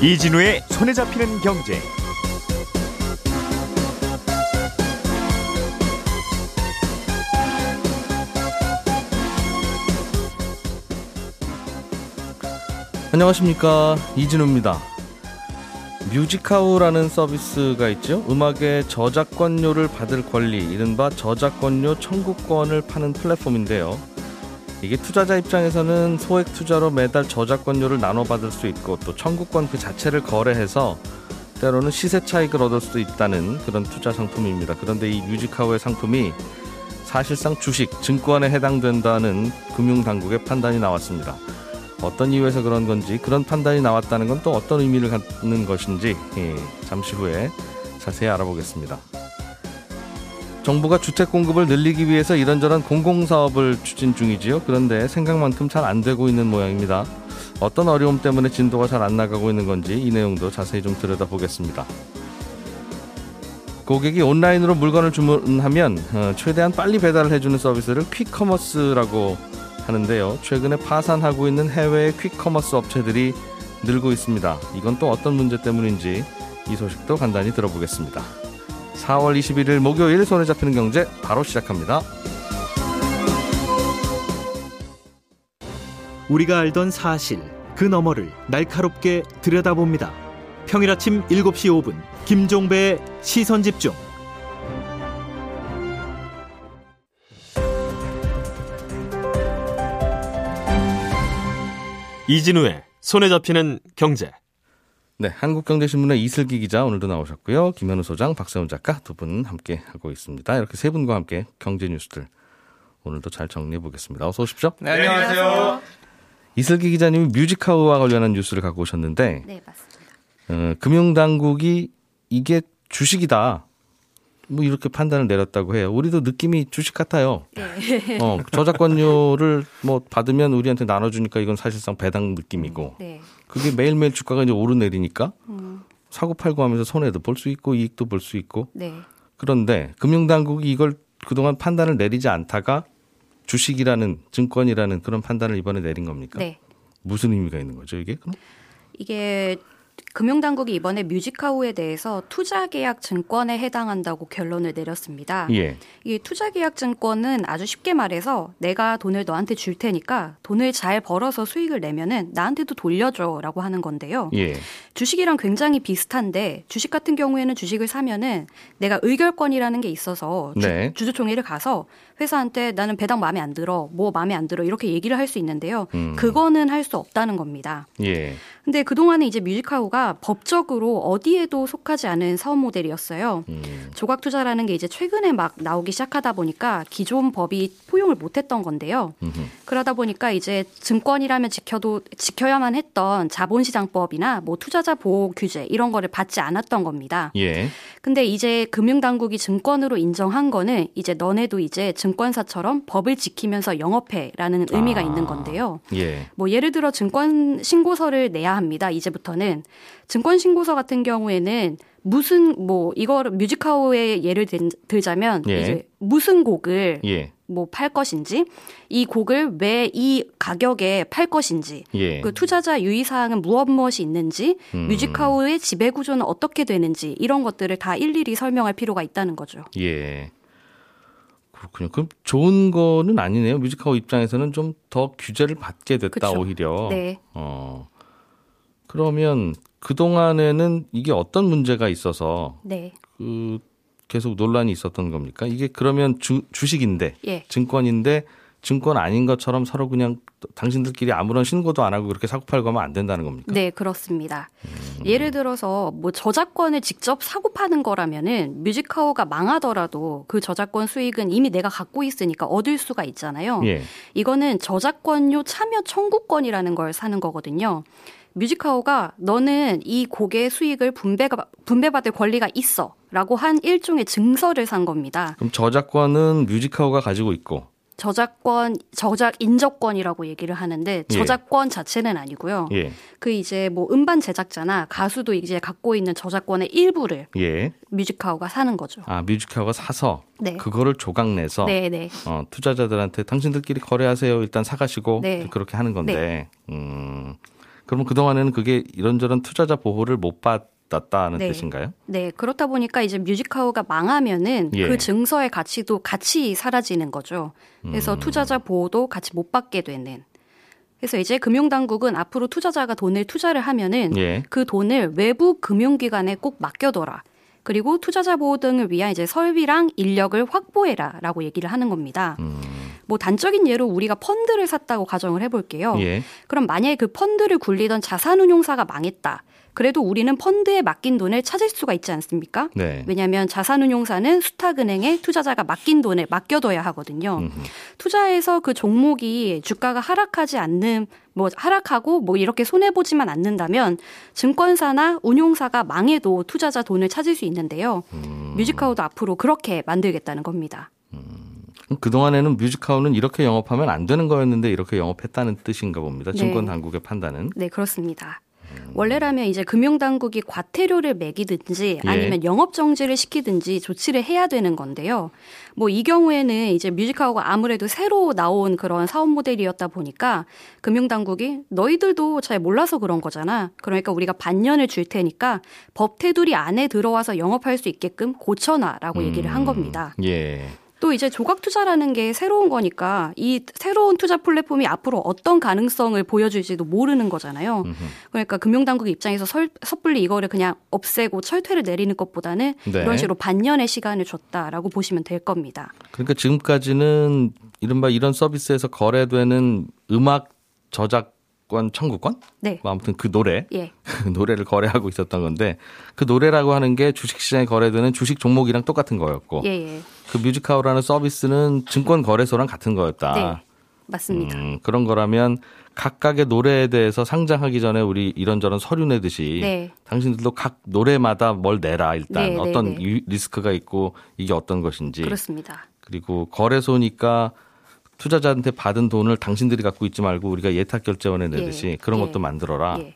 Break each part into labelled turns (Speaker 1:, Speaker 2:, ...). Speaker 1: 이진우의 손에 잡히는 경제.
Speaker 2: 안녕하십니까 이진우입니다. 뮤직하우라는 서비스가 있죠. 음악의 저작권료를 받을 권리, 이른바 저작권료 청구권을 파는 플랫폼인데요. 이게 투자자 입장에서는 소액 투자로 매달 저작권료를 나눠 받을 수 있고 또 청구권 그 자체를 거래해서 때로는 시세 차익을 얻을 수도 있다는 그런 투자 상품입니다. 그런데 이 뮤직하우의 상품이 사실상 주식, 증권에 해당된다는 금융당국의 판단이 나왔습니다. 어떤 이유에서 그런 건지 그런 판단이 나왔다는 건 또 어떤 의미를 갖는 것인지 예, 잠시 후에 자세히 알아보겠습니다. 정부가 주택 공급을 늘리기 위해서 이런저런 공공 사업을 추진 중이지요. 그런데 생각만큼 잘 안 되고 있는 모양입니다. 어떤 어려움 때문에 진도가 잘 안 나가고 있는 건지 이 내용도 자세히 좀 들여다보겠습니다. 고객이 온라인으로 물건을 주문하면 어, 최대한 빨리 배달을 해주는 서비스를 퀵커머스라고 하는데요. 최근에 파산하고 있는 해외의 퀵커머스 업체들이 늘고 있습니다. 이건 또 어떤 문제 때문인지 이 소식도 간단히 들어보겠습니다. 4월 21일 목요일 손에 잡히는 경제 바로 시작합니다.
Speaker 3: 우리가 알던 사실 그 너머를 날카롭게 들여다봅니다. 평일 아침 7시 5분 김종배의 시선 집중.
Speaker 4: 이진우의 손에 잡히는 경제.
Speaker 2: 네, 한국경제신문의 이슬기 기자 오늘도 나오셨고요. 김현우 소장, 박세훈 작가 두 분 함께 하고 있습니다. 이렇게 세 분과 함께 경제 뉴스들 오늘도 잘 정리해 보겠습니다. 어서 오십시오.
Speaker 5: 네, 안녕하세요.
Speaker 2: 이슬기 기자님이 뮤직하우와 관련한 뉴스를 갖고 오셨는데
Speaker 5: 네, 맞습니다.
Speaker 2: 어, 금융당국이 이게 주식이다. 뭐 이렇게 판단을 내렸다고 해요. 우리도 느낌이 주식 같아요.
Speaker 5: 네.
Speaker 2: 어, 저작권료를 뭐 받으면 우리한테 나눠주니까 이건 사실상 배당 느낌이고
Speaker 5: 네.
Speaker 2: 그게 매일매일 주가가 이제 오르내리니까
Speaker 5: 음,
Speaker 2: 사고 팔고 하면서 손해도 볼 수 있고 이익도 볼 수 있고
Speaker 5: 네.
Speaker 2: 그런데 금융당국이 이걸 그동안 판단을 내리지 않다가 주식이라는 증권이라는 그런 판단을 이번에 내린 겁니까?
Speaker 5: 네.
Speaker 2: 무슨 의미가 있는 거죠 이게? 그럼?
Speaker 5: 이게 금융당국이 이번에 뮤직하우에 대해서 투자계약 증권에 해당한다고 결론을 내렸습니다.
Speaker 2: 예.
Speaker 5: 이 투자계약 증권은 아주 쉽게 말해서 내가 돈을 너한테 줄 테니까 돈을 잘 벌어서 수익을 내면은 나한테도 돌려줘라고 하는 건데요.
Speaker 2: 예.
Speaker 5: 주식이랑 굉장히 비슷한데 주식 같은 경우에는 주식을 사면은 내가 의결권이라는 게 있어서 주,
Speaker 2: 네.
Speaker 5: 주주총회를 가서 회사한테 나는 배당 마음에 안 들어 뭐 마음에 안 들어 이렇게 얘기를 할 수 있는데요.
Speaker 2: 음.
Speaker 5: 그거는 할 수 없다는 겁니다.
Speaker 2: 예.
Speaker 5: 근데 그동안에 이제 뮤직하우가 법적으로 어디에도 속하지 않은 사업 모델이었어요.
Speaker 2: 음.
Speaker 5: 조각 투자라는 게 이제 최근에 막 나오기 시작하다 보니까 기존 법이 포용을 못했던 건데요.
Speaker 2: 음흠.
Speaker 5: 그러다 보니까 이제 증권이라면 지켜도 지켜야만 했던 자본시장법이나 뭐 투자자 보호 규제 이런 거를 받지 않았던 겁니다.
Speaker 2: 예.
Speaker 5: 근데 이제 금융당국이 증권으로 인정한 거는 이제 너네도 이제 증권사처럼 법을 지키면서 영업해라는 의미가
Speaker 2: 아.
Speaker 5: 있는 건데요.
Speaker 2: 예.
Speaker 5: 뭐 예를 들어 증권 신고서를 내야 합니다. 이제부터는 증권 신고서 같은 경우에는 무슨 뭐 이거를 뮤직하우의 예를 든- 들자면
Speaker 2: 예.
Speaker 5: 이제 무슨 곡을
Speaker 2: 예.
Speaker 5: 뭐 팔 것인지 이 곡을 왜 이 가격에 팔 것인지
Speaker 2: 예.
Speaker 5: 그 투자자 유의 사항은 무엇 무엇이 있는지
Speaker 2: 음.
Speaker 5: 뮤직하우의 지배 구조는 어떻게 되는지 이런 것들을 다 일일이 설명할 필요가 있다는 거죠.
Speaker 2: 예. 그렇군요. 그럼 좋은 거는 아니네요. 뮤지컬 입장에서는 좀 더 규제를 받게 됐다
Speaker 5: 그쵸.
Speaker 2: 오히려.
Speaker 5: 네.
Speaker 2: 어. 그러면 그 동안에는 이게 어떤 문제가 있어서
Speaker 5: 네.
Speaker 2: 그 계속 논란이 있었던 겁니까? 이게 그러면 주, 주식인데
Speaker 5: 예.
Speaker 2: 증권인데 증권 아닌 것처럼 서로 그냥 당신들끼리 아무런 신고도 안 하고 그렇게 사고 팔고 하면 안 된다는 겁니까?
Speaker 5: 네, 그렇습니다. 예를 들어서 뭐 저작권을 직접 사고 파는 거라면은 뮤직하우가 망하더라도 그 저작권 수익은 이미 내가 갖고 있으니까 얻을 수가 있잖아요.
Speaker 2: 예.
Speaker 5: 이거는 저작권료 참여 청구권이라는 걸 사는 거거든요. 뮤직하우가 너는 이 곡의 수익을 분배 분배받을 권리가 있어라고 한 일종의 증서를 산 겁니다.
Speaker 2: 그럼 저작권은 뮤지카우가 가지고 있고
Speaker 5: 저작권 저작 인접권이라고 얘기를 하는데 저작권 자체는 아니고요.
Speaker 2: 예.
Speaker 5: 그 이제 뭐 음반 제작자나 가수도 이제 갖고 있는 저작권의 일부를
Speaker 2: 예.
Speaker 5: 뮤직하우가 사는 거죠.
Speaker 2: 아, 뮤지카우가 사서
Speaker 5: 네.
Speaker 2: 그거를 조각내서
Speaker 5: 네, 네.
Speaker 2: 어, 투자자들한테 당신들끼리 거래하세요. 일단 사가시고
Speaker 5: 네.
Speaker 2: 그렇게 하는 건데. 음. 그러면 그동안에는 그게 이런저런 투자자 보호를 못 받았다는
Speaker 5: 네.
Speaker 2: 뜻인가요?
Speaker 5: 네, 그렇다 보니까 이제 뮤직하우가 망하면은
Speaker 2: 예.
Speaker 5: 그 증서의 가치도 같이 사라지는 거죠. 그래서
Speaker 2: 음.
Speaker 5: 투자자 보호도 같이 못 받게 되는. 그래서 이제 금융당국은 앞으로 투자자가 돈을 투자를 하면은
Speaker 2: 예.
Speaker 5: 그 돈을 외부 금융기관에 꼭 맡겨둬라. 그리고 투자자 보호 등을 위한 이제 설비랑 인력을 확보해라라고 얘기를 하는 겁니다. 뭐 단적인 예로 우리가 펀드를 샀다고 가정을 해볼게요.
Speaker 2: 예.
Speaker 5: 그럼 만약에 그 펀드를 굴리던 자산운용사가 망했다. 그래도 우리는 펀드에 맡긴 돈을 찾을 수가 있지 않습니까?
Speaker 2: 네.
Speaker 5: 왜냐하면 자산운용사는 수탁은행에 투자자가 맡긴 돈을 맡겨둬야 하거든요.
Speaker 2: 음흠.
Speaker 5: 투자해서 그 종목이 주가가 하락하지 않는 뭐 하락하고 뭐 이렇게 손해 보지만 않는다면 증권사나 운용사가 망해도 투자자 돈을 찾을 수 있는데요.
Speaker 2: 음.
Speaker 5: 뮤직카우도 앞으로 그렇게 만들겠다는 겁니다.
Speaker 2: 그럼 그동안에는 뮤직하우는 이렇게 영업하면 안 되는 거였는데 이렇게 영업했다는 뜻인가 봅니다.
Speaker 5: 네.
Speaker 2: 증권 당국의 판단은.
Speaker 5: 네, 그렇습니다.
Speaker 2: 음.
Speaker 5: 원래라면 이제 금융당국이 과태료를 매기든지
Speaker 2: 예.
Speaker 5: 아니면 영업정지를 시키든지 조치를 해야 되는 건데요. 뭐 이 경우에는 이제 뮤직하우가 아무래도 새로 나온 그런 사업 모델이었다 보니까 금융당국이 너희들도 잘 몰라서 그런 거잖아. 그러니까 우리가 반년을 줄 테니까 법 테두리 안에 들어와서 영업할 수 있게끔 고쳐놔라고 얘기를 한
Speaker 2: 음,
Speaker 5: 겁니다.
Speaker 2: 예.
Speaker 5: 또 이제 조각 투자라는 게 새로운 거니까 이 새로운 투자 플랫폼이 앞으로 어떤 가능성을 보여줄지도 모르는 거잖아요.
Speaker 2: 음흠.
Speaker 5: 그러니까 금융당국 입장에서 설- 섣불리 이거를 그냥 없애고 철퇴를 내리는 것보다는
Speaker 2: 네.
Speaker 5: 이런 식으로 반년의 시간을 줬다라고 보시면 될 겁니다.
Speaker 2: 그러니까 지금까지는 이른바 이런 서비스에서 거래되는 음악 저작권 청구권?
Speaker 5: 네.
Speaker 2: 뭐 아무튼 그 노래
Speaker 5: 예.
Speaker 2: 그 노래를 거래하고 있었던 건데 그 노래라고 하는 게 주식시장에 거래되는 주식 종목이랑 똑같은 거였고
Speaker 5: 예, 예.
Speaker 2: 그 뮤직하우라는 서비스는 증권 거래소랑 같은 거였다.
Speaker 5: 네. 맞습니다.
Speaker 2: 아. 음, 그런 거라면 각각의 노래에 대해서 상장하기 전에 우리 이런저런 서류 내듯이
Speaker 5: 네.
Speaker 2: 당신들도 각 노래마다 뭘 내라 일단
Speaker 5: 네, 네,
Speaker 2: 어떤
Speaker 5: 네.
Speaker 2: 유- 리스크가 있고 이게 어떤 것인지
Speaker 5: 그렇습니다.
Speaker 2: 그리고 거래소니까 투자자한테 받은 돈을 당신들이 갖고 있지 말고 우리가 예탁 결제원에 내듯이
Speaker 5: 예,
Speaker 2: 그런
Speaker 5: 예,
Speaker 2: 것도 만들어라.
Speaker 5: 예.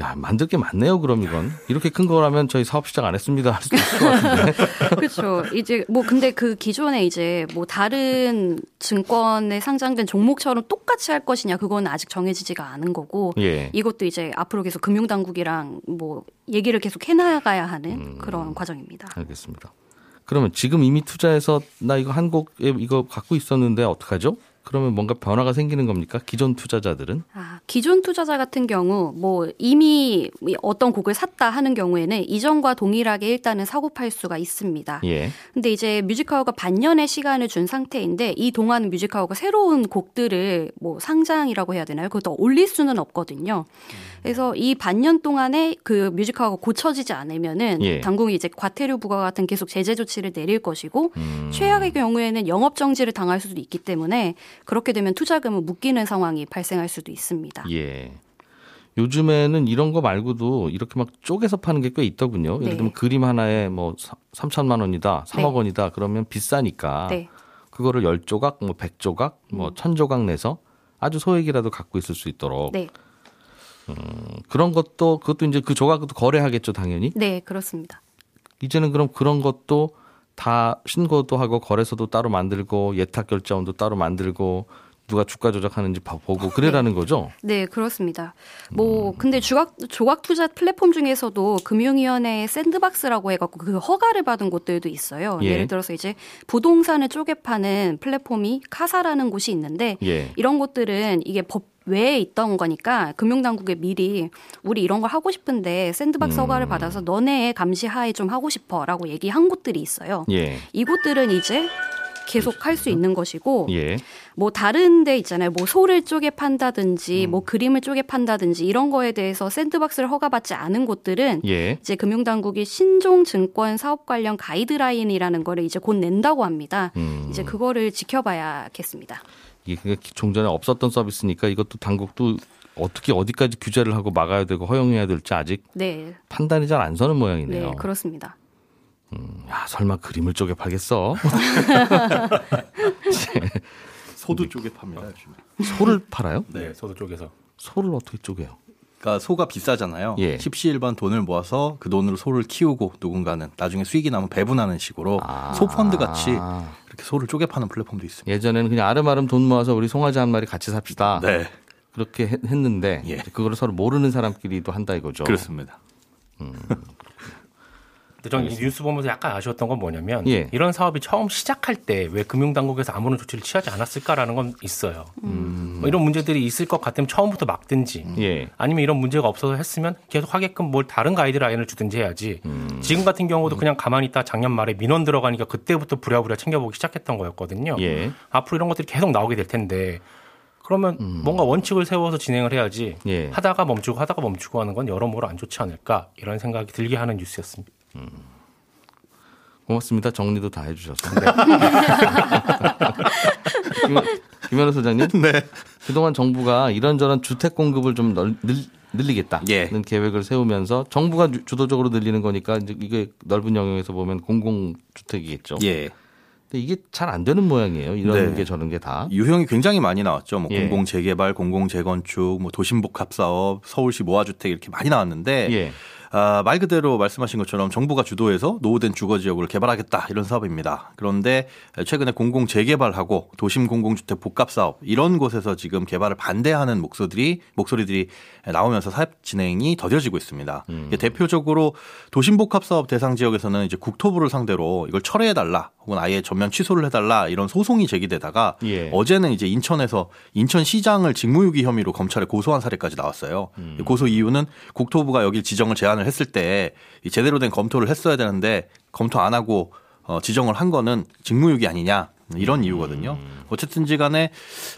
Speaker 2: 야 만들 게 많네요. 그럼 이건 이렇게 큰 거라면 저희 사업 시작 안 했습니다 할 수도 있을 것 같은데.
Speaker 5: 그렇죠. 이제 뭐 근데 그 기존에 이제 뭐 다른 증권에 상장된 종목처럼 똑같이 할 것이냐 그건 아직 정해지지가 않은 거고
Speaker 2: 예.
Speaker 5: 이것도 이제 앞으로 계속 금융당국이랑 뭐 얘기를 계속 해나가야 하는 그런 과정입니다.
Speaker 2: 알겠습니다. 그러면 지금 이미 투자해서 나 이거 한국에 이거 갖고 있었는데 어떡하죠? 그러면 뭔가 변화가 생기는 겁니까? 기존 투자자들은?
Speaker 5: 아, 기존 투자자 같은 경우 뭐 이미 어떤 곡을 샀다 하는 경우에는 이전과 동일하게 일단은 사고 팔 수가 있습니다.
Speaker 2: 예.
Speaker 5: 근데 이제 뮤직하우가 반년의 시간을 준 상태인데 이 동안 뮤직하우가 새로운 곡들을 뭐 상장이라고 해야 되나요? 그것도 올릴 수는 없거든요. 그래서 이 반년 동안에 그 뮤직하우가 고쳐지지 않으면은
Speaker 2: 예.
Speaker 5: 당국이 이제 과태료 부과 같은 계속 제재 조치를 내릴 것이고
Speaker 2: 음.
Speaker 5: 최악의 경우에는 영업 정지를 당할 수도 있기 때문에 그렇게 되면 투자금은 묶이는 상황이 발생할 수도 있습니다.
Speaker 2: 예. 요즘에는 이런 거 말고도 이렇게 막 쪼개서 파는 게 꽤 있더군요. 예를
Speaker 5: 네.
Speaker 2: 들면 그림 하나에 뭐 사- 3천만 원이다, 3억
Speaker 5: 네.
Speaker 2: 원이다 그러면 비싸니까
Speaker 5: 네. 음.
Speaker 2: 그거를 10조각, 뭐 100조각, 뭐 1000조각 내서 아주 소액이라도 갖고 있을 수 있도록
Speaker 5: 네.
Speaker 2: 그런 것도 그것도 이제 그 조각도 거래하겠죠, 당연히.
Speaker 5: 네, 그렇습니다.
Speaker 2: 이제는 그럼 그런 것도 다 신고도 하고 거래소도 따로 만들고 예탁 결제원도 따로 만들고 누가 주가 조작하는지 봐- 보고 그래라는 거죠.
Speaker 5: 아, 네, 그렇습니다.
Speaker 2: 음.
Speaker 5: 뭐 근데 조각 조각 투자 플랫폼 중에서도 금융위원회의 샌드박스라고 해갖고 그 허가를 받은 곳들도 있어요.
Speaker 2: 예.
Speaker 5: 예. 를 들어서 이제 부동산을 쪼개 파는 플랫폼이 카사라는 곳이 있는데
Speaker 2: 예.
Speaker 5: 이런 곳들은 이게 법 외에 있던 거니까 금융당국에 미리 우리 이런 걸 하고 싶은데 샌드박스
Speaker 2: 음.
Speaker 5: 허가를 받아서 너네의 감시하에 좀 하고 싶어라고 얘기한 곳들이 있어요.
Speaker 2: 예.
Speaker 5: 이곳들은 이제 계속 할 수 있는 것이고
Speaker 2: 예.
Speaker 5: 뭐 다른 데 있잖아요. 뭐 소를 쪼개 판다든지
Speaker 2: 음.
Speaker 5: 뭐 그림을 쪼개 판다든지 이런 거에 대해서 샌드박스를 허가받지 않은 곳들은
Speaker 2: 예.
Speaker 5: 이제 금융당국이 신종 증권 사업 관련 가이드라인이라는 거를 이제 곧 낸다고 합니다.
Speaker 2: 음.
Speaker 5: 이제 그거를 지켜봐야겠습니다.
Speaker 2: 이게 그냥 종전에 없었던 서비스니까 이것도 당국도 어떻게 어디까지 규제를 하고 막아야 되고 허용해야 될지 아직
Speaker 5: 네.
Speaker 2: 판단이 잘 안 서는 모양이네요.
Speaker 5: 네, 그렇습니다.
Speaker 2: 야, 설마 그림을 쪼개 팔겠어?
Speaker 6: 소도 쪽에 팝니다 요즘에.
Speaker 2: 소를 팔아요?
Speaker 6: 네.
Speaker 4: 저도 쪽에서.
Speaker 2: 소를 어떻게 쪼개요?
Speaker 6: 그러니까 소가 비싸잖아요.
Speaker 2: 예.
Speaker 6: 십시일반 돈을 모아서 그 돈으로 소를 키우고 누군가는 나중에 수익이 나면 배분하는 식으로
Speaker 2: 아.
Speaker 6: 소펀드 같이 이렇게 소를 쪼개 파는 플랫폼도 있습니다.
Speaker 2: 예전에는 그냥 아름아름 돈 모아서 우리 송아지 한 마리 같이 삽시다.
Speaker 6: 네.
Speaker 2: 그렇게 했- 했는데
Speaker 6: 예.
Speaker 2: 그걸 서로 모르는 사람끼리도 한다 이거죠.
Speaker 6: 그렇습니다.
Speaker 7: 근데 저는 이 뉴스 보면서 약간 아쉬웠던 건 뭐냐면
Speaker 2: 예.
Speaker 7: 이런 사업이 처음 시작할 때 왜 금융당국에서 아무런 조치를 취하지 않았을까라는 건 있어요.
Speaker 2: 음.
Speaker 7: 뭐 이런 문제들이 있을 것 같으면 처음부터 막든지
Speaker 2: 예.
Speaker 7: 아니면 이런 문제가 없어서 했으면 계속 하게끔 뭘 다른 가이드라인을 주든지 해야지.
Speaker 2: 음.
Speaker 7: 지금 같은 경우도 그냥 가만히 있다 작년 말에 민원 들어가니까 그때부터 부랴부랴 챙겨보기 시작했던 거였거든요.
Speaker 2: 예.
Speaker 7: 앞으로 이런 것들이 계속 나오게 될 텐데 그러면 뭔가 원칙을 세워서 진행을 해야지
Speaker 2: 음. 예.
Speaker 7: 하다가 멈추고 하다가 멈추고 하는 건 여러모로 안 좋지 않을까 이런 생각이 들게 하는 뉴스였습니다.
Speaker 2: 고맙습니다. 정리도 다 해주셔서. 네. 김- 김현우 소장님.
Speaker 6: 네.
Speaker 2: 그동안 정부가 이런저런 주택 공급을 좀 널- 늘, 늘리겠다는
Speaker 6: 예.
Speaker 2: 계획을 세우면서 정부가 주- 주도적으로 늘리는 거니까 이제 이게 넓은 영역에서 보면 공공주택이겠죠.
Speaker 6: 예.
Speaker 2: 근데 이게 잘 안 되는 모양이에요. 이런
Speaker 6: 네.
Speaker 2: 게 저런 게 다.
Speaker 6: 유형이 굉장히 많이 나왔죠. 뭐
Speaker 2: 아? 예.
Speaker 6: 공공 재개발, 공공 재건축, 뭐 도심 복합 사업, 서울시 모아 주택 이렇게 많이 나왔는데
Speaker 2: 예.
Speaker 6: 아, 말 그대로 말씀하신 것처럼 정부가 주도해서 노후된 주거 지역을 개발하겠다 이런 사업입니다. 그런데 최근에 공공 재개발하고 도심 공공주택 복합 사업 이런 곳에서 지금 개발을 반대하는 목소들이 목소리들이 나오면서 사업 진행이 더뎌지고 있습니다. 이게 대표적으로 도심 복합 사업 대상 지역에서는 이제 국토부를 상대로 이걸 철회해 달라 혹은 아예 전면 취소를 해 달라 이런 소송이 제기되다가
Speaker 2: 예.
Speaker 6: 어제는 이제 인천에서 인천시장을 직무유기 혐의로 검찰에 고소한 사례까지 나왔어요. 고소 이유는 국토부가 여길 지정을 제안을 했을 때이 제대로 된 검토를 했어야 되는데 검토 안 하고 어, 지정을 한 거는 직무유기 아니냐 이런 이유거든요. 어쨌든지간에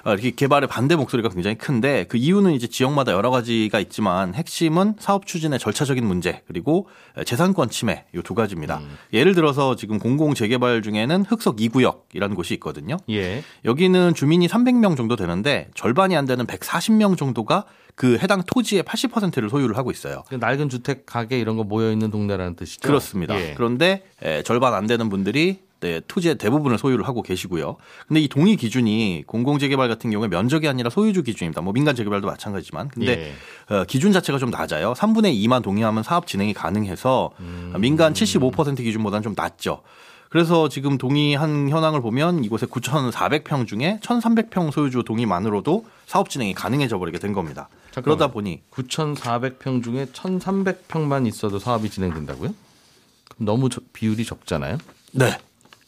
Speaker 6: 어, 이렇게 개발에 반대 목소리가 굉장히 큰데 그 이유는 이제 지역마다 여러 가지가 있지만 핵심은 사업 추진의 절차적인 문제 그리고 재산권 침해 이 두 가지입니다. 예를 들어서 지금 공공 재개발 중에는 흑석 2구역이라는 곳이 있거든요.
Speaker 2: 예.
Speaker 6: 여기는 주민이 300명 정도 되는데 절반이 안 되는 140명 정도가 그 해당 토지의 80%를 소유를 하고 있어요.
Speaker 2: 그 낡은 주택 가게 이런 거 모여 있는 동네라는 뜻이죠.
Speaker 6: 그렇습니다.
Speaker 2: 예.
Speaker 6: 그런데 에, 절반 안 되는 분들이 네, 토지의 대부분을 소유를 하고 계시고요. 근데 이 동의 기준이 공공재개발 같은 경우에 면적이 아니라 소유주 기준입니다. 뭐 민간 재개발도 마찬가지지만, 근데
Speaker 2: 예.
Speaker 6: 어, 기준 자체가 좀 낮아요. 3분의 2만 동의하면 사업 진행이 가능해서
Speaker 2: 음.
Speaker 6: 민간 75% 기준보다는 좀 낮죠. 그래서 지금 동의한 현황을 보면 이곳에 9,400평 중에 1,300평 소유주 동의만으로도 사업 진행이 가능해져 버리게 된 겁니다.
Speaker 2: 잠깐만요.
Speaker 6: 그러다 보니
Speaker 2: 9,400평 중에 1,300평만 있어도 사업이 진행된다고요? 그럼 너무 저- 비율이 적잖아요.
Speaker 6: 네.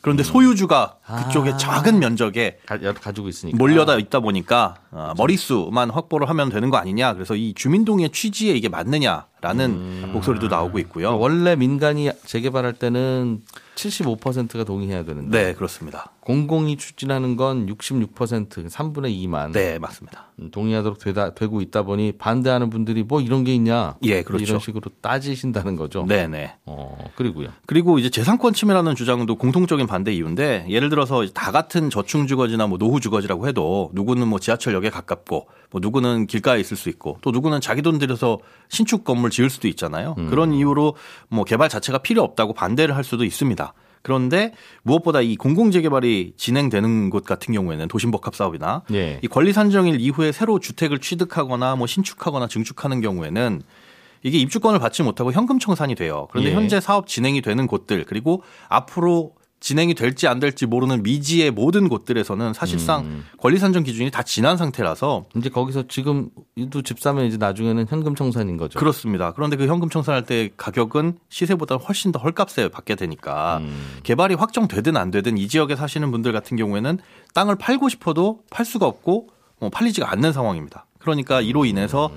Speaker 6: 그런데 소유주가
Speaker 2: 아.
Speaker 6: 그쪽에 작은 면적에
Speaker 2: 가, 여- 가지고 있으니까.
Speaker 6: 몰려다 있다 보니까 어, 머릿수만 확보를 하면 되는 거 아니냐. 그래서 이 주민동의 취지에 이게 맞느냐라는
Speaker 2: 음.
Speaker 6: 목소리도 나오고 있고요.
Speaker 2: 원래 민간이 재개발할 때는 75%가 동의해야 되는데
Speaker 6: 네, 그렇습니다.
Speaker 2: 공공이 추진하는 건 66%, 3분의 2만 음,
Speaker 6: 네, 맞습니다.
Speaker 2: 동의하도록 되다, 되고 있다 보니 반대하는 분들이 뭐 이런 게 있냐
Speaker 6: 예, 그렇죠.
Speaker 2: 이런 식으로 따지신다는 거죠.
Speaker 6: 네, 네.
Speaker 2: 어 그리고요.
Speaker 6: 그리고 이제 재산권 침해라는 주장도 공통적인 반대 이유인데 예를 들어서 다 같은 저층 주거지나 뭐 노후 주거지라고 해도 누구는 뭐 지하철역에 가깝고 뭐 누구는 길가에 있을 수 있고 또 누구는 자기 돈 들여서 신축 건물 지을 수도 있잖아요. 그런 이유로 뭐 개발 자체가 필요 없다고 반대를 할 수도 있습니다. 그런데 무엇보다 이 공공재개발이 진행되는 곳 같은 경우에는 도심복합 사업이나
Speaker 2: 예.
Speaker 6: 이 권리 산정일 이후에 새로 주택을 취득하거나 뭐 신축하거나 증축하는 경우에는 이게 입주권을 받지 못하고 현금 청산이 돼요. 그런데
Speaker 2: 예.
Speaker 6: 현재 사업 진행이 되는 곳들 그리고 앞으로 진행이 될지 안 될지 모르는 미지의 모든 곳들에서는 사실상 권리 산정 기준이 다 지난 상태라서
Speaker 2: 이제 거기서 지금 또집 사면 이제 나중에는 현금 청산인 거죠.
Speaker 6: 그렇습니다. 그런데 그 현금 청산할 때 가격은 시세보다 훨씬 더 헐값에 받게 되니까
Speaker 2: 음.
Speaker 6: 개발이 확정되든 안 되든 이 지역에 사시는 분들 같은 경우에는 땅을 팔고 싶어도 팔 수가 없고 뭐 팔리지가 않는 상황입니다. 그러니까 이로 인해서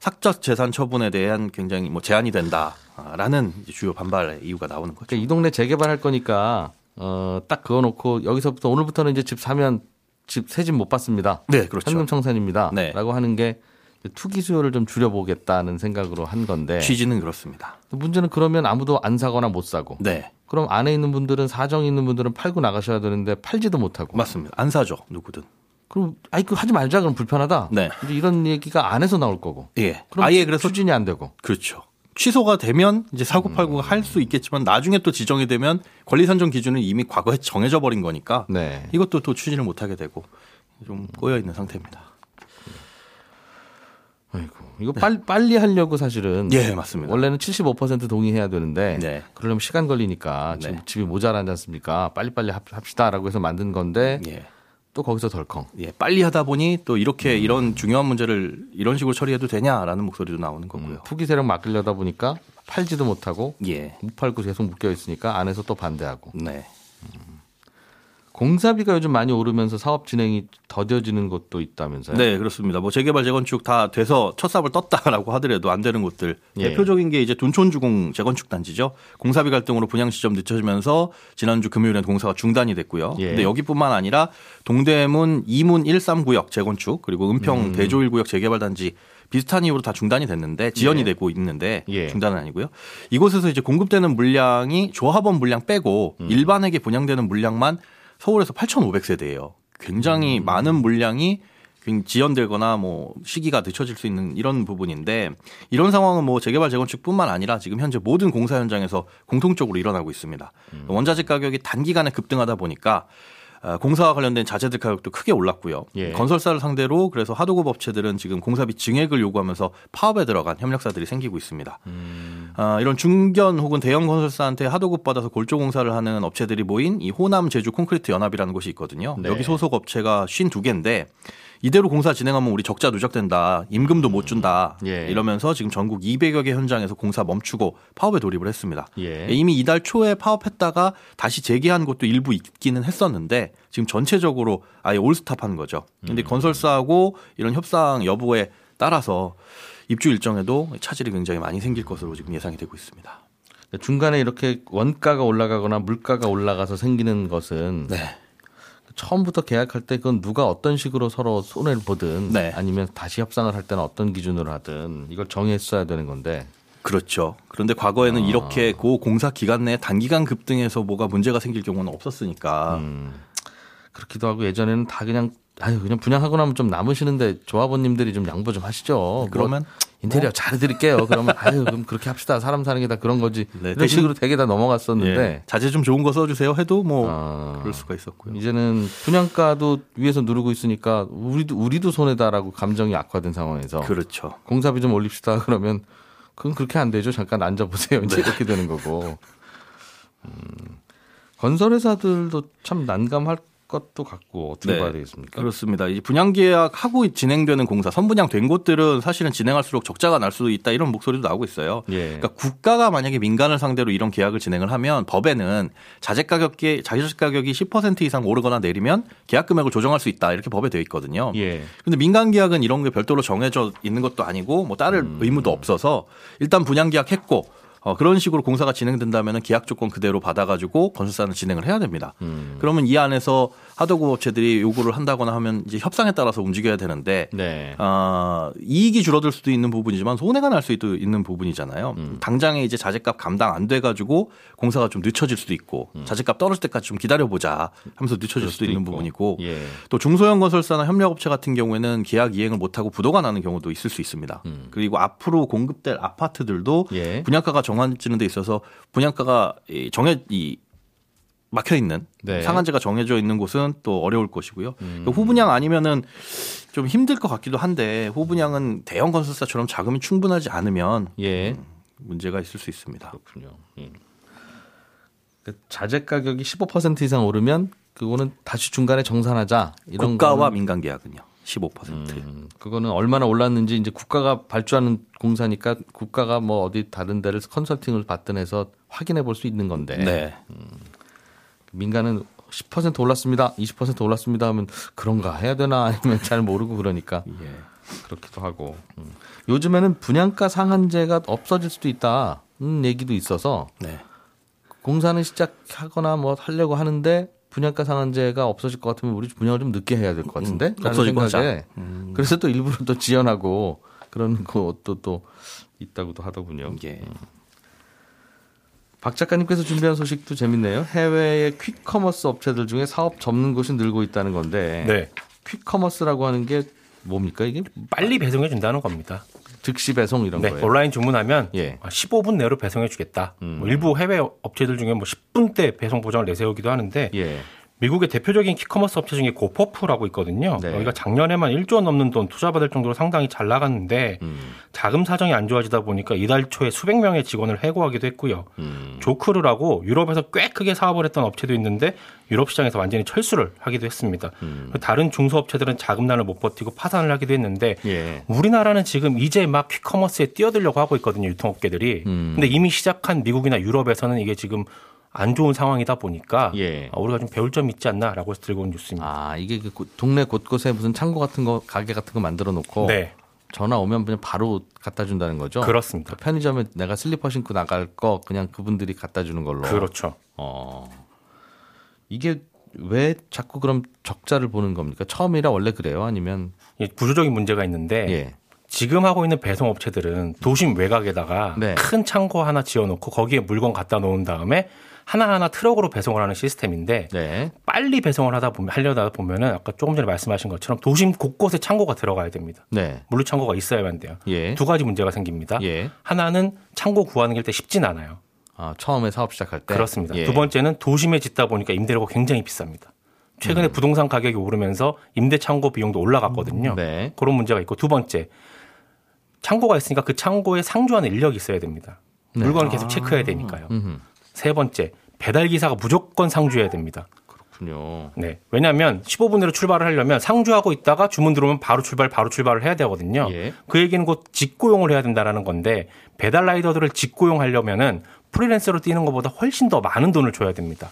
Speaker 6: 삭적 재산 처분에 대한 굉장히 뭐 제한이 된다라는 이제 주요 반발의 이유가 나오는 거죠.
Speaker 2: 그러니까 이 동네 재개발할 거니까 어, 딱 그어놓고 여기서부터 오늘부터는 이제 집 사면 집 새 집 못 받습니다.
Speaker 6: 네, 그렇죠.
Speaker 2: 현금 청산입니다.
Speaker 6: 네.
Speaker 2: 라고 하는 게 투기 수요를 좀 줄여보겠다는 생각으로 한 건데
Speaker 6: 취지는 그렇습니다.
Speaker 2: 문제는 그러면 아무도 안 사거나 못 사고
Speaker 6: 네,
Speaker 2: 그럼 안에 있는 분들은 사정 있는 분들은 팔고 나가셔야 되는데 팔지도 못하고
Speaker 6: 맞습니다. 안 사죠 누구든.
Speaker 2: 그럼 아이 그 하지 말자 그럼 불편하다
Speaker 6: 네.
Speaker 2: 이제 이런 얘기가 안에서 나올 거고
Speaker 6: 예,
Speaker 2: 그럼
Speaker 6: 아예 그래서
Speaker 2: 추진이 안 되고
Speaker 6: 그렇죠. 취소가 되면 이제 사고팔고가
Speaker 2: 음.
Speaker 6: 할 수 있겠지만 나중에 또 지정이 되면 권리 산정 기준은 이미 과거에 정해져 버린 거니까
Speaker 2: 네
Speaker 6: 이것도 또 추진을 못 하게 되고 좀 꼬여 있는 상태입니다.
Speaker 2: 아이고 이거 빨리 빨리 하려고 사실은
Speaker 6: 예, 맞습니다.
Speaker 2: 원래는 75% 동의해야 되는데
Speaker 6: 네.
Speaker 2: 그러려면 시간 걸리니까 지금
Speaker 6: 네.
Speaker 2: 집이 모자라지 않습니까? 빨리빨리 합- 합시다라고 해서 만든 건데
Speaker 6: 예.
Speaker 2: 또 거기서 덜컹.
Speaker 6: 예, 빨리 하다 보니 또
Speaker 2: 음.
Speaker 6: 이렇게 이런 중요한 문제를 이런 식으로 처리해도 되냐라는 목소리도 나오는 거고요.
Speaker 2: 투기 세력 막으려다 보니까 팔지도 못하고
Speaker 6: 예.
Speaker 2: 못 팔고 계속 묶여 있으니까 안에서 또 반대하고
Speaker 6: 네.
Speaker 2: 공사비가 요즘 많이 오르면서 사업 진행이 더뎌지는 것도 있다면서요?
Speaker 6: 네, 그렇습니다. 뭐 재개발 재건축 다 돼서 첫 삽을 떴다라고 하더라도 안 되는 곳들
Speaker 2: 예.
Speaker 6: 대표적인 게 이제 둔촌주공 재건축 단지죠. 공사비 갈등으로 분양 시점 늦춰지면서 지난주 금요일에 공사가 중단이 됐고요.
Speaker 2: 예.
Speaker 6: 근데 네. 여기뿐만 아니라 동대문 2문 13구역 재건축 그리고 은평 대조 1구역 재개발 단지 비슷한 이유로 다 중단이 됐는데 지연이 되고 있는데
Speaker 2: 예.
Speaker 6: 중단은 아니고요. 이곳에서 이제 공급되는 물량이 조합원 물량 빼고 일반에게 분양되는 물량만 서울에서 8,500세대예요. 굉장히 많은 물량이 굉장히 지연되거나 뭐 시기가 늦춰질 수 있는 이런 부분인데 이런 상황은 뭐 재개발 재건축뿐만 아니라 지금 현재 모든 공사 현장에서 공통적으로 일어나고 있습니다. 원자재 가격이 단기간에 급등하다 보니까 아, 공사와 관련된 자재들 가격도 크게 올랐고요.
Speaker 2: 예.
Speaker 6: 건설사를 상대로 그래서 하도급 업체들은 지금 공사비 증액을 요구하면서 파업에 들어간 협력사들이 생기고 있습니다.
Speaker 2: 음.
Speaker 6: 아, 이런 중견 혹은 대형 건설사한테 하도급 받아서 골조 공사를 하는 업체들이 모인 이 호남 제주 콘크리트 연합이라는 곳이 있거든요.
Speaker 2: 네.
Speaker 6: 여기 소속 업체가 52개인데 이대로 공사 진행하면 우리 적자 누적된다. 임금도 못 준다.
Speaker 2: 예.
Speaker 6: 이러면서 지금 전국 200여 개 현장에서 공사 멈추고 파업에 돌입을 했습니다.
Speaker 2: 예.
Speaker 6: 이미 이달 초에 파업했다가 다시 재개한 곳도 일부 있기는 했었는데 지금 전체적으로 아예 올스탑한 거죠.
Speaker 2: 음.
Speaker 6: 근데 건설사하고 이런 협상 여부에 따라서 입주 일정에도 차질이 굉장히 많이 생길 것으로 지금 예상이 되고 있습니다.
Speaker 2: 그러니까 중간에 이렇게 원가가 올라가거나 물가가 올라가서 생기는 것은
Speaker 6: 네.
Speaker 2: 처음부터 계약할 때 그건 누가 어떤 식으로 서로 손해를 보든
Speaker 6: 네.
Speaker 2: 아니면 다시 협상을 할 때는 어떤 기준으로 하든 이걸 정했어야 되는 건데
Speaker 6: 그렇죠. 그런데 과거에는
Speaker 2: 아.
Speaker 6: 이렇게 고 공사 기간 내에 단기간 급등해서 뭐가 문제가 생길 경우는 없었으니까
Speaker 2: 음. 그렇기도 하고 예전에는 다 그냥 아유 그냥 분양하고 나면 좀 남으시는데 조합원님들이 좀 양보 좀 하시죠.
Speaker 6: 그러면
Speaker 2: 뭐 인테리어 잘해드릴게요. 그러면 아유 그럼 그렇게 합시다. 사람 사는 게 다 그런 거지.
Speaker 6: 네,
Speaker 2: 이런
Speaker 6: 대신-
Speaker 2: 식으로 되게 다 넘어갔었는데
Speaker 6: 예, 자재 좀 좋은 거 써주세요 해도 뭐
Speaker 2: 아.
Speaker 6: 그럴 수가 있었고요.
Speaker 2: 이제는 분양가도 위에서 누르고 있으니까 우리도 우리도 손해다라고 감정이 악화된 상황에서
Speaker 6: 그렇죠.
Speaker 2: 공사비 좀 올립시다 그러면 그건 그렇게 안 되죠. 잠깐 앉아보세요.
Speaker 6: 네.
Speaker 2: 이제 이렇게 되는 거고. 음, 건설회사들도 참 난감할 것도 같고 어떻게
Speaker 6: 네.
Speaker 2: 봐야 되겠습니까?
Speaker 6: 그렇습니다. 이 분양 계약하고 진행되는 공사, 선분양된 곳들은 사실은 진행할수록 적자가 날 수도 있다 이런 목소리도 나오고 있어요.
Speaker 2: 예.
Speaker 6: 그러니까 국가가 만약에 민간을 상대로 이런 계약을 진행을 하면 법에는 자재 가격이 자재 가격이 10% 이상 오르거나 내리면 계약 금액을 조정할 수 있다 이렇게 법에 되어 있거든요.
Speaker 2: 예.
Speaker 6: 근데 민간 계약은 이런 게 별도로 정해져 있는 것도 아니고 뭐 따를 의무도 없어서 일단 분양 계약했고 어, 그런 식으로 공사가 진행된다면 계약 조건 그대로 받아가지고 건설사는 진행을 해야 됩니다. 그러면 이 안에서 하도급 업체들이 요구를 한다거나 하면 이제 협상에 따라서 움직여야 되는데
Speaker 2: 네.
Speaker 6: 아, 이익이 줄어들 수도 있는 부분이지만 손해가 날 수도 있는 부분이잖아요. 당장에 이제 자재값 감당 안 돼가지고 공사가 좀 늦춰질 수도 있고 자재값 떨어질 때까지 좀 기다려보자 하면서 늦춰질 음. 수도 있는
Speaker 2: 있고.
Speaker 6: 부분이고
Speaker 2: 예.
Speaker 6: 또 중소형 건설사나 협력업체 같은 경우에는 계약 이행을 못하고 부도가 나는 경우도 있을 수 있습니다. 그리고 앞으로 공급될 아파트들도
Speaker 2: 음. 예.
Speaker 6: 분양가가 정해지는 데 있어서 분양가가 이 정해 이 막혀 있는
Speaker 2: 네. 음.
Speaker 6: 상한제가 정해져 있는 곳은 또 어려울 것이고요. 그 후분양 아니면은 좀 힘들 것 같기도 한데 후분양은 대형 건설사처럼 자금이 충분하지 않으면
Speaker 2: 예.
Speaker 6: 문제가 있을 수 있습니다.
Speaker 2: 그렇군요. 예. 그 자재 가격이 15% 이상 오르면 그거는 다시 중간에 정산하자 이런
Speaker 6: 국가와
Speaker 2: 거는-
Speaker 6: 민간 계약은요. 15%.
Speaker 2: 음, 그거는 얼마나 올랐는지 이제 국가가 발주하는 공사니까 국가가 뭐 어디 다른 데를 컨설팅을 받든 해서 확인해 볼 수 있는 건데
Speaker 6: 네.
Speaker 2: 민간은 10% 올랐습니다, 20% 올랐습니다 하면 그런가 해야 되나 아니면 잘 모르고 그러니까
Speaker 6: 예,
Speaker 2: 그렇기도 하고 음. 요즘에는 분양가 상한제가 없어질 수도 있다는 음, 얘기도 있어서
Speaker 6: 네.
Speaker 2: 공사는 시작하거나 뭐 하려고 하는데 분양가 상한제가 없어질 것 같으면 우리 분양을 좀 늦게 해야 될 것 같은데 라는
Speaker 6: 음, 없어지고 하자. 음.
Speaker 2: 생각에 그래서 또 일부러 또 지연하고 그런 것도 또 있다고도 하더군요. 음.
Speaker 6: 예.
Speaker 2: 박 작가님께서 준비한 소식도 재밌네요. 해외의 퀵커머스 업체들 중에 사업 접는 곳이 늘고 있다는 건데
Speaker 7: 네.
Speaker 2: 퀵커머스라고 하는 게 뭡니까 이게
Speaker 7: 빨리 배송해 준다는 겁니다.
Speaker 2: 즉시 배송 이런
Speaker 7: 네,
Speaker 2: 거예요.
Speaker 7: 온라인 주문하면 아,
Speaker 2: 예. 음.
Speaker 7: 15분 내로 배송해 주겠다. 뭐 일부 해외 업체들 중에 뭐 10분대 배송 보장을 내세우기도 하는데
Speaker 2: 예.
Speaker 7: 미국의 대표적인 키커머스 업체 중에 고퍼프라고 있거든요.
Speaker 2: 네.
Speaker 7: 여기가 작년에만 1조 원 넘는 돈 투자받을 정도로 상당히 잘 나갔는데
Speaker 2: 음.
Speaker 7: 자금 사정이 안 좋아지다 보니까 이달 초에 수백 명의 직원을 해고하기도 했고요.
Speaker 2: 음.
Speaker 7: 조크르라고 유럽에서 꽤 크게 사업을 했던 업체도 있는데 유럽 시장에서 완전히 철수를 하기도 했습니다.
Speaker 2: 음.
Speaker 7: 다른 중소업체들은 자금난을 못 버티고 파산을 하기도 했는데
Speaker 2: 예.
Speaker 7: 우리나라는 지금 이제 막 퀵커머스에 뛰어들려고 하고 있거든요 유통업계들이.
Speaker 2: 음.
Speaker 7: 근데 이미 시작한 미국이나 유럽에서는 이게 지금 안 좋은 상황이다 보니까
Speaker 2: 예.
Speaker 7: 아, 우리가 좀 배울 점이 있지 않나라고 해서 들고 온 뉴스입니다.
Speaker 2: 아 이게 그 고- 동네 곳곳에 무슨 창고 같은 거 가게 같은 거 만들어 놓고
Speaker 7: 네,
Speaker 2: 전화 오면 그냥 바로 갖다 준다는 거죠.
Speaker 7: 그렇습니다.
Speaker 2: 그러니까 편의점에 내가 슬리퍼 신고 나갈 거 그냥 그분들이 갖다 주는 걸로.
Speaker 7: 그렇죠.
Speaker 2: 어. 이게 왜 자꾸 그럼 적자를 보는 겁니까? 처음이라 원래 그래요? 아니면
Speaker 7: 이 구조적인 문제가 있는데
Speaker 2: 예.
Speaker 7: 지금 하고 있는 배송 업체들은 도심 외곽에다가
Speaker 2: 네.
Speaker 7: 큰 창고 하나 지어놓고 거기에 물건 갖다 놓은 다음에 하나하나 트럭으로 배송을 하는 시스템인데
Speaker 2: 네.
Speaker 7: 빨리 배송을 하다 보면 하려다 보면은 아까 조금 전에 말씀하신 것처럼 도심 곳곳에 창고가 들어가야 됩니다.
Speaker 2: 네.
Speaker 7: 물류 창고가 있어야만 돼요.
Speaker 2: 예.
Speaker 7: 두 가지 문제가 생깁니다.
Speaker 2: 예.
Speaker 7: 하나는 창고 구하는 게 일단 쉽진 않아요.
Speaker 2: 아, 처음에 사업 시작할 때
Speaker 7: 그렇습니다.
Speaker 2: 예.
Speaker 7: 두 번째는 도심에 짓다 보니까 임대료가 굉장히 비쌉니다.
Speaker 2: 음.
Speaker 7: 최근에 부동산 가격이 오르면서 임대 창고 비용도 올라갔거든요.
Speaker 2: 네.
Speaker 7: 그런 문제가 있고 두 번째 창고가 있으니까 그 창고에 상주하는 인력이 있어야 됩니다. 물건을 계속 체크해야 되니까요.
Speaker 2: 네. 아. 음흠.
Speaker 7: 세 번째 배달 기사가 무조건 상주해야 됩니다.
Speaker 2: 그렇군요.
Speaker 7: 네. 왜냐하면 15분 내로 출발을 하려면 상주하고 있다가 주문 들어오면 바로 출발, 바로 출발을 해야 되거든요.
Speaker 2: 예.
Speaker 7: 그 얘기는 곧 직고용을 해야 된다라는 건데 배달 라이더들을 직고용하려면은 프리랜서로 뛰는 것보다 훨씬 더 많은 돈을 줘야 됩니다.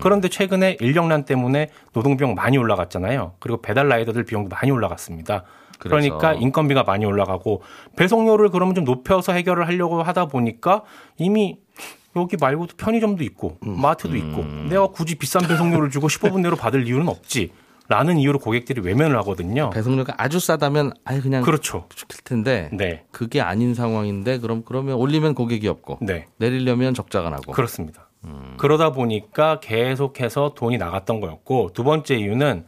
Speaker 7: 그런데 최근에 인력난 때문에 노동 비용 많이 올라갔잖아요. 그리고 배달 라이더들 비용도 많이 올라갔습니다. 그러니까
Speaker 2: 그래서.
Speaker 7: 인건비가 많이 올라가고 배송료를 그러면 좀 높여서 해결을 하려고 하다 보니까 이미 여기 말고도 편의점도 있고 마트도 있고 내가 굳이 비싼 배송료를 주고 15분 내로 받을 이유는 없지. 라는 이유로 고객들이 외면을 하거든요.
Speaker 2: 배송료가 아주 싸다면 아예 그냥
Speaker 7: 그렇죠.
Speaker 2: 시킬 텐데
Speaker 7: 네.
Speaker 2: 그게 아닌 상황인데 그럼 그러면 올리면 고객이 없고
Speaker 7: 네.
Speaker 2: 내리려면 적자가 나고 음.
Speaker 7: 그렇습니다. 그러다 보니까 계속해서 돈이 나갔던 거였고 두 번째 이유는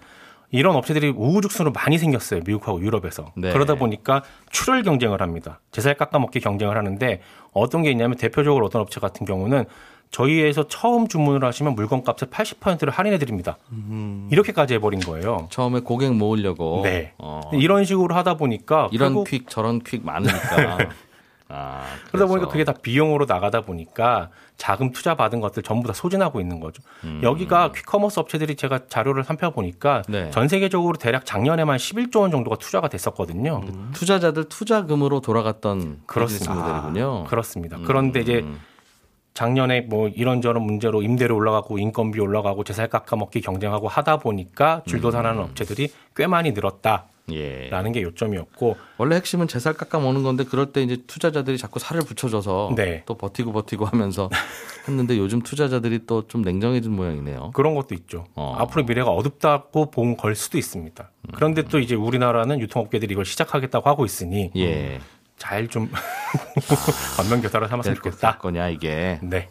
Speaker 7: 이런 업체들이 우후죽순으로 많이 생겼어요. 미국하고 유럽에서.
Speaker 2: 네.
Speaker 7: 그러다 보니까 출혈 경쟁을 합니다. 제살 깎아먹기 경쟁을 하는데 어떤 게 있냐면 대표적으로 어떤 업체 같은 경우는 저희에서 처음 주문을 하시면 물건값의 80%를 할인해 드립니다. 이렇게까지 해버린 거예요.
Speaker 2: 처음에 고객 모으려고
Speaker 7: 네.
Speaker 2: 음. 어,
Speaker 7: 이런 식으로 하다 보니까
Speaker 2: 이런
Speaker 7: 결국
Speaker 2: 퀵 저런 퀵 많으니까 아,
Speaker 7: 네. 그러다
Speaker 2: 그래서.
Speaker 7: 보니까 그게 다 비용으로 나가다 보니까 자금 투자 받은 것들 전부 다 소진하고 있는 거죠. 여기가 퀵커머스 업체들이 제가 자료를 살펴보니까
Speaker 2: 음. 네.
Speaker 7: 전 세계적으로 대략 작년에만 11조 원 정도가 투자가 됐었거든요.
Speaker 2: 음. 투자자들 투자금으로 돌아갔던 비즈니스
Speaker 7: 그 그렇습니다. 아,
Speaker 2: 모델이군요. 음.
Speaker 7: 그렇습니다. 그런데 이제 작년에 뭐 이런저런 문제로 임대료 올라가고 인건비 올라가고 재살 깎아먹기 경쟁하고 하다 보니까 줄도산하는 업체들이 꽤 많이 늘었다라는
Speaker 2: 음. 예.
Speaker 7: 게 요점이었고
Speaker 2: 원래 핵심은 재살 깎아 먹는 건데 그럴 때 이제 투자자들이 자꾸 살을 붙여줘서
Speaker 7: 네.
Speaker 2: 또 버티고 버티고 하면서 했는데 요즘 투자자들이 또 좀 냉정해진 모양이네요.
Speaker 7: 그런 것도 있죠.
Speaker 2: 어. 음.
Speaker 7: 앞으로 미래가 어둡다고 본 걸 수도 있습니다. 그런데 또 이제 우리나라는 유통업계들이 이걸 시작하겠다고 하고 있으니
Speaker 2: 예.
Speaker 7: 잘 좀 반면교사를 삼았으면
Speaker 2: 될것 될
Speaker 7: 좋겠다.
Speaker 2: 거냐 이게
Speaker 7: 네,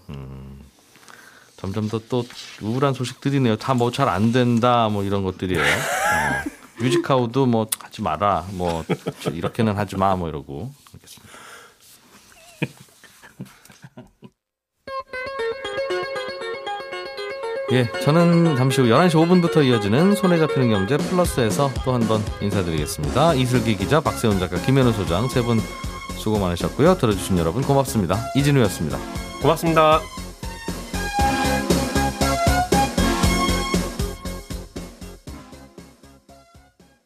Speaker 2: 점점 더 또 우울한 소식들이네요. 다 뭐 잘 안 된다 뭐 이런 것들이에요. 어. 뮤직하우도 뭐 하지 마라 뭐 이렇게는 하지 마 뭐 이러고 알겠습니다. 예, 저는 잠시 후 11시 5분부터 이어지는 손에 잡히는 경제 플러스에서 또 한 번 인사드리겠습니다. 이슬기 기자, 박세훈 작가, 김현우 소장 세 분 수고 많으셨고요. 들어주신 여러분 고맙습니다. 이진우였습니다.
Speaker 7: 고맙습니다.